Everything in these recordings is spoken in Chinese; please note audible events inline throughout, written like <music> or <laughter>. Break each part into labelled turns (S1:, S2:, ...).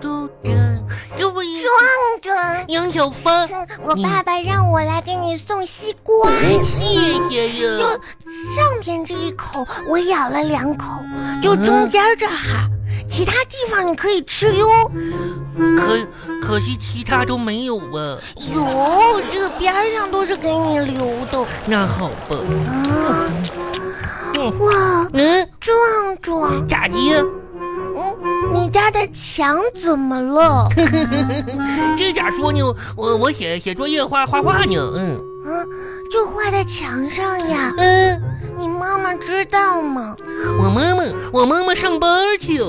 S1: 准，这不也
S2: 壮壮，
S1: 杨小帆？
S2: 我
S1: 你
S2: 爸爸让我来给你送西瓜，
S1: 谢谢
S2: 就
S1: 呀，
S2: 上边这一口我咬了两口，就中间这哈，其他地方你可以吃哟。
S1: 可可惜其他都没有啊。
S2: 哟，这个边儿上都是给你留的
S1: 那好吧，
S2: 啊！哇，
S1: 嗯，
S2: 壮壮，
S1: 咋的呀？
S2: 嗯，你家的墙怎么了？啊
S1: 这咋说呢？我我写写作业画画画呢，嗯
S2: 啊，就画在墙上呀，
S1: 嗯，
S2: 你妈妈知道吗？
S1: 我妈妈我妈妈上班去了，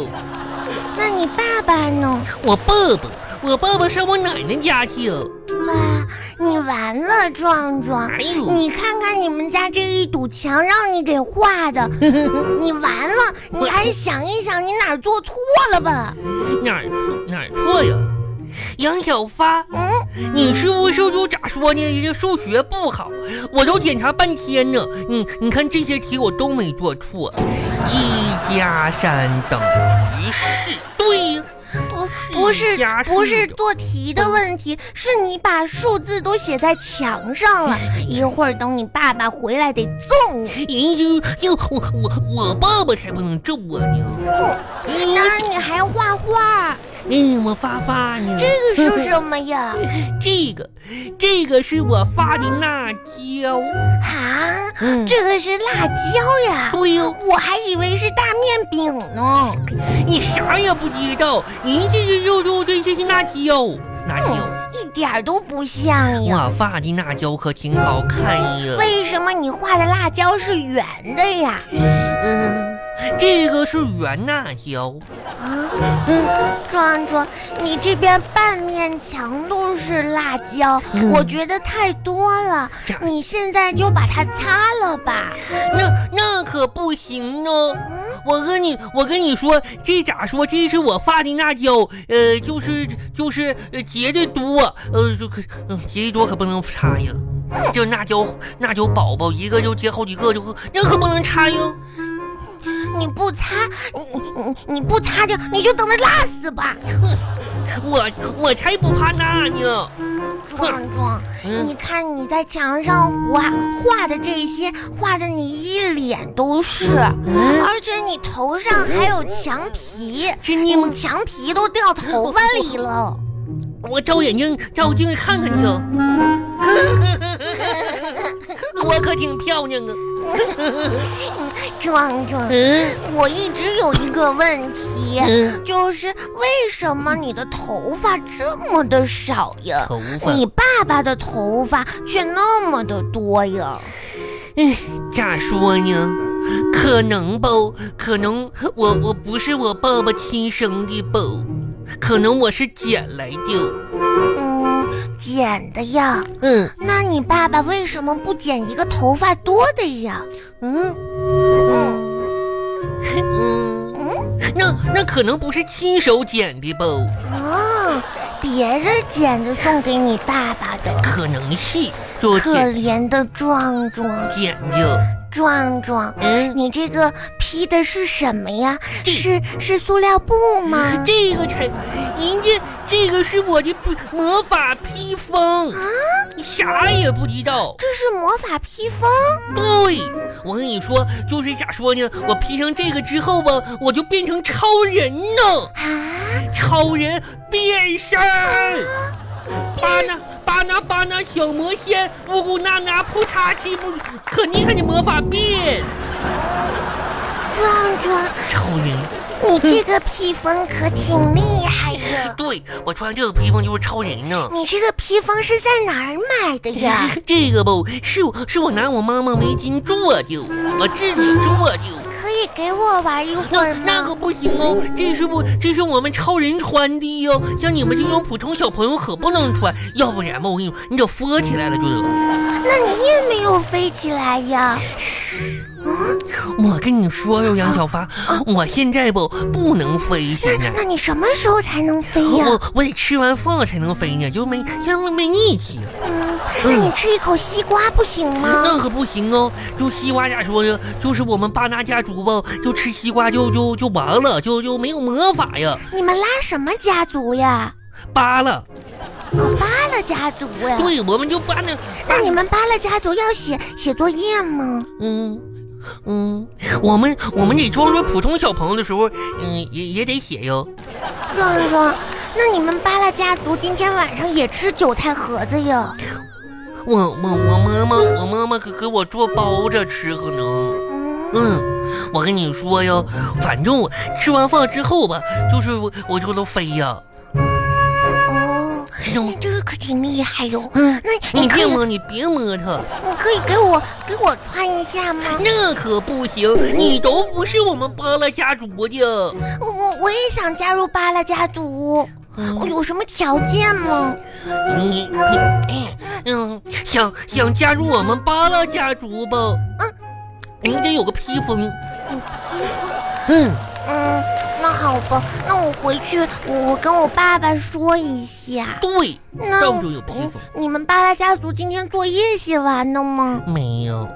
S2: 那你爸爸呢？
S1: 我爸爸我爸爸上我奶奶家去了，
S2: 哇，你完了，壮壮！
S1: 哎呦，
S2: 你看看你们家这一堵墙，让你给画 <laughs> 的，你完了！你还是想一想，你哪儿做错了吧？
S1: 哪儿错哪儿错呀？杨小发，
S2: 嗯，
S1: 你是不是就咋说呢？人家数学不好，我都检查半天呢。你你看这些题我都没做错，一加三等于四，对呀。
S2: 不，不是
S1: 家，
S2: 不是
S1: 是的
S2: 做题的问题，是你把数字都写在墙上 <laughs> 了。一会儿等你爸爸回来得揍你。
S1: 人就就我我我爸爸才不能揍我呢。
S2: 嗯，
S1: 嗯
S2: 当然你还画画，
S1: 嗯，我发发呢？
S2: 这个 <laughs> 是什么呀？
S1: 这个这个是我发的辣椒。
S2: 啊，
S1: 嗯，
S2: 这个是辣椒呀！
S1: 对哟，
S2: 我还以为是大面饼呢。
S1: 你啥也不知道，人这个肉肉这这是辣椒，辣椒。
S2: 嗯，一点儿都不像呀。
S1: 我发的辣椒可挺好看呀。
S2: 为什么你画的辣椒是圆的呀？
S1: 嗯，这个是圆辣椒。
S2: 啊，
S1: 嗯，
S2: 壮壮，你这边半面墙都是辣椒，
S1: 嗯
S2: 我觉得太多了
S1: 这，
S2: 你现在就把它擦了吧。
S1: 那那可不行哦。
S2: 嗯，
S1: 我跟你，我跟你说，这咋说？这是我发的辣椒，呃，就是就是呃结的多，呃，就可、嗯结的多可不能擦呀。这辣椒辣椒宝宝一个就结好几个，就那可不能擦哟。
S2: 你不擦，你你你你不擦掉，你就等着辣死吧。
S1: 我我才不怕辣呢。
S2: 壮壮，
S1: 嗯
S2: 你看你在墙上画画的这些，画的你一脸都是，
S1: 嗯，
S2: 而且你头上还有墙皮。
S1: 是你
S2: 你
S1: 们，
S2: 墙皮都掉头发里
S1: <laughs>
S2: 了。
S1: 我照眼睛照镜子看看去。 <laughs> 我可挺漂亮啊。
S2: 壮壮，
S1: 嗯
S2: 我一直有一个问题，
S1: 嗯，
S2: 就是为什么你的头发这么的少呀？
S1: 头发。
S2: 你爸爸的头发却那么的多呀？
S1: 咋说呢？可能吧，可能我我不是我爸爸亲生的吧，可能我是捡来的。
S2: 嗯，剪的呀？
S1: 嗯
S2: 那你爸爸为什么不剪一个头发多的呀？
S1: 嗯
S2: 嗯
S1: 嗯，
S2: 嗯
S1: 那那可能不是亲手捡的吧？
S2: 啊，别人剪的送给你爸爸的，
S1: 可能是就
S2: 可
S1: 哦捡
S2: 怜的壮壮。
S1: 捡的。
S2: 壮壮，
S1: 嗯，
S2: 你这个披的是什么呀？是是塑料布吗？
S1: 这个才，人家这个是我的不魔法披风，你啥也不知道。
S2: 这是魔法披风，
S1: 对，我跟你说，就是咋说呢？我披上这个之后吧，我就变成超人呢，
S2: 啊！
S1: 超人变身。巴拿巴拿巴拿小魔仙，乌咕娜娜扑嚓叽不，可妮可的魔法变
S2: 壮壮，
S1: 超人。
S2: 你这个披风可挺厉害呀！
S1: 对我穿这个披风就是超人呢。
S2: 你这个披风是在哪儿买的
S1: <laughs>
S2: 呀？
S1: 这个吧，是我是我拿我妈妈围巾做的，我自己做的。
S2: 可以给我玩一会
S1: 那
S2: 儿
S1: 那可
S2: 吗？
S1: 不行哦，这是不这是我们超人穿的哟，像你们这种普通小朋友可不能穿，要不然吧，我跟你说，你得疯起来了就得。
S2: 那你也没有飞起来呀？
S1: 我跟你说哟，杨小发，我现在不不能飞，现在
S2: 那你什么时候才能飞呀、
S1: 我我得吃完饭才能飞呢，就没现在没力气了。
S2: 嗯，那你吃一口西瓜不行吗？
S1: 那可不行哦！就西瓜家说的，就是我们巴拿家族吧，就吃西瓜就就就完了，就就没有魔法呀，
S2: 你们拉什么家族呀？
S1: 扒了。
S2: 哦，巴勒家族呀。
S1: 对，我们就扒那，
S2: 那你们巴勒家族要写写作业吗？
S1: 嗯嗯，我们我们得装作普通小朋友的时候，嗯，也也得写哟。
S2: 壮壮，那你们巴勒家族今天晚上也吃韭菜盒子呀？
S1: 我我我妈妈我妈妈可给我做包子吃可能。
S2: 嗯，
S1: 嗯，我跟你说哟，反正我吃完饭之后吧，就是我我就能飞呀。
S2: 哦，
S1: 哎呦
S2: 那这个可挺厉害哟。
S1: 嗯，
S2: 那
S1: 你
S2: 你可以
S1: 别，摸，你别摸它，
S2: 你可以给我给我穿一下吗？
S1: 那可不行，你都不是我们巴拉家族的。
S2: 我我我也想加入巴勒家族，我有什么条件吗？
S1: 你你嗯，想想加入我们巴拉家族吧？你得有个披风。
S2: 你披风。
S1: 嗯，
S2: 嗯，那好吧，那我回去我我跟我爸爸说一下。
S1: 对，
S2: 那
S1: 到处有披风
S2: 嗯你们巴拉家族今天作业写完了吗？
S1: 没有。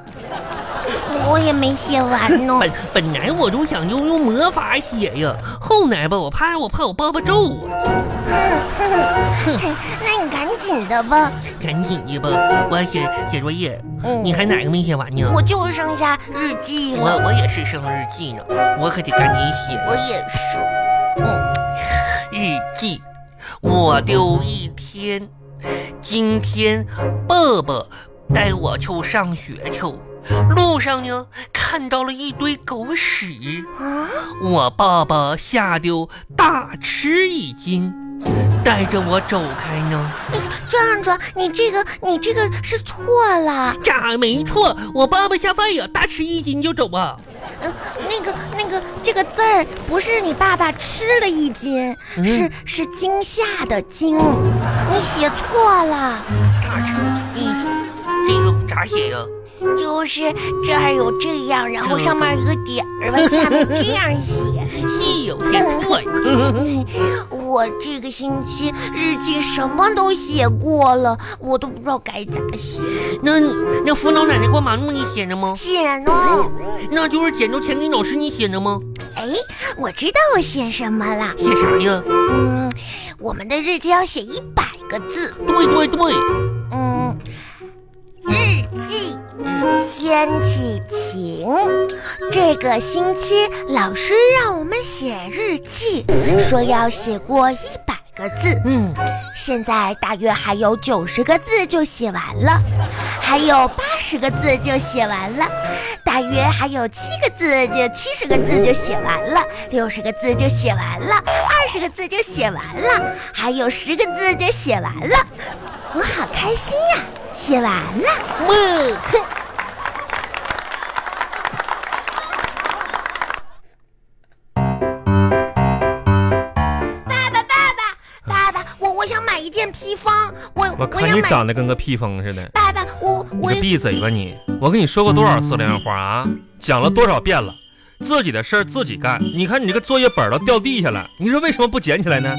S2: 我也没写完呢。
S1: 本本来我就想用用魔法写呀，后来吧，我怕我怕我爸爸揍我。
S2: 嘿那你赶紧的吧。
S1: 赶紧的吧，我要写写作业。
S2: 嗯
S1: 你还哪个没写完呢？
S2: 我就剩下日记了，
S1: 我我也是生日记呢，我可得赶紧写
S2: 我也是。
S1: 日记。我丢一天，今天爸爸带我去上学去，路上呢看到了一堆狗屎，
S2: 啊，
S1: 我爸爸吓得大吃一惊，带着我走开呢。
S2: 壮壮，你这个你这个是错了。
S1: 咋没错？我爸爸吓坏呀，大吃一惊就走啊。
S2: 嗯，那个那个这个字儿不是你爸爸吃了一惊，
S1: 嗯
S2: 是是惊吓的惊，你写错了。
S1: 大吃，嗯，这个咋写呀？
S2: 就是这儿有这样，然后上面有个点儿吧，下面这样 <laughs> 写。
S1: 戏有些错呀。
S2: 我这个星期日记什么都写过了，我都不知道该咋写。
S1: 那那扶老奶奶过马路你写的吗？
S2: 写呢？
S1: 那就是捡着钱给老师你写的吗？
S2: 哎，我知道我写什么了。
S1: 写啥呀？
S2: 嗯，我们的日记要写一百个字。
S1: 对对对，
S2: 嗯，日记。天气晴，这个星期老师让我们写日记，说要写过一百个字。
S1: 嗯，
S2: 现在大约还有九十个字就写完了，还有八十个字就写完了，大约还有七个字就七十个字就写完了，六十个字就写完了，二十个字就写完了，还有十个字就写完了，我好开心呀！写完了，
S1: 哇，
S2: 爸爸，爸爸，爸爸，我我想买一件披风，我
S3: 我看
S2: 想
S3: 你
S2: 买。
S3: 长得跟个披风似的，
S2: 爸爸，我
S3: 你
S2: 我
S3: 个闭嘴吧你！我跟你说过多少次杨花啊？讲了多少遍了，自己的事儿自己干。你看你这个作业本都掉地下了，你说为什么不捡起来呢？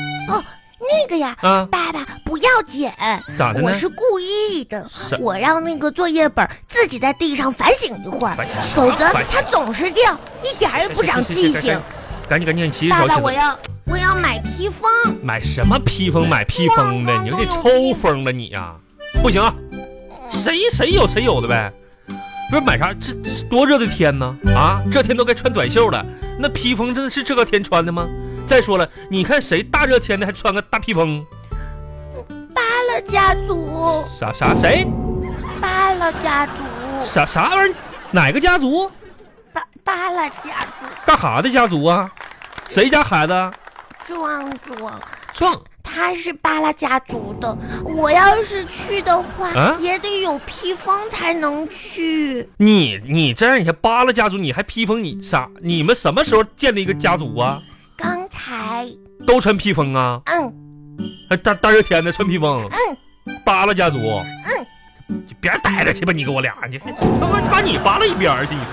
S2: 那个呀，
S3: 啊，
S2: 爸爸不要剪。
S3: 咋的呢
S2: 我？是故意的
S3: 是，
S2: 我让那个作业本自己在地上反省一会儿
S3: 反省，啥
S2: 否则
S3: 反
S2: 它
S3: 省
S2: 总是掉，一点儿也不长记性。。
S3: 赶紧赶紧洗洗
S2: 爸
S3: 手，
S2: 爸，
S3: 洗
S2: 我
S3: 手。
S2: 要我要买披风，
S3: 买什么披风？买披风的，你说这抽风了你呀、不行啊，谁谁有谁有的呗。不是买啥？这这多热的天呢！啊，这天都该穿短袖了。那披风真的是这个天穿的吗？再说了，你看谁大热天的还穿个大披风？
S2: 巴勒家族，
S3: 啥啥谁？
S2: 巴勒家族，
S3: 啥啥玩意儿？哪个家族？
S2: 巴巴勒家族，
S3: 干哈的家族啊？谁家孩子啊？
S2: 壮壮，
S3: 壮
S2: 他是巴勒家族的，我要是去的话，
S3: 啊
S2: 也得有披风才能去。
S3: 你你这样一下扒拉家族，你还披风你啥？你们什么时候建立一个家族啊？
S2: 刚才，
S3: 都穿披风啊？
S2: 嗯
S3: 还大大热天的穿披风，
S2: 嗯，
S3: 扒拉家族，嗯，别待着去吧，你跟我俩，你我把你扒拉一边儿去，你说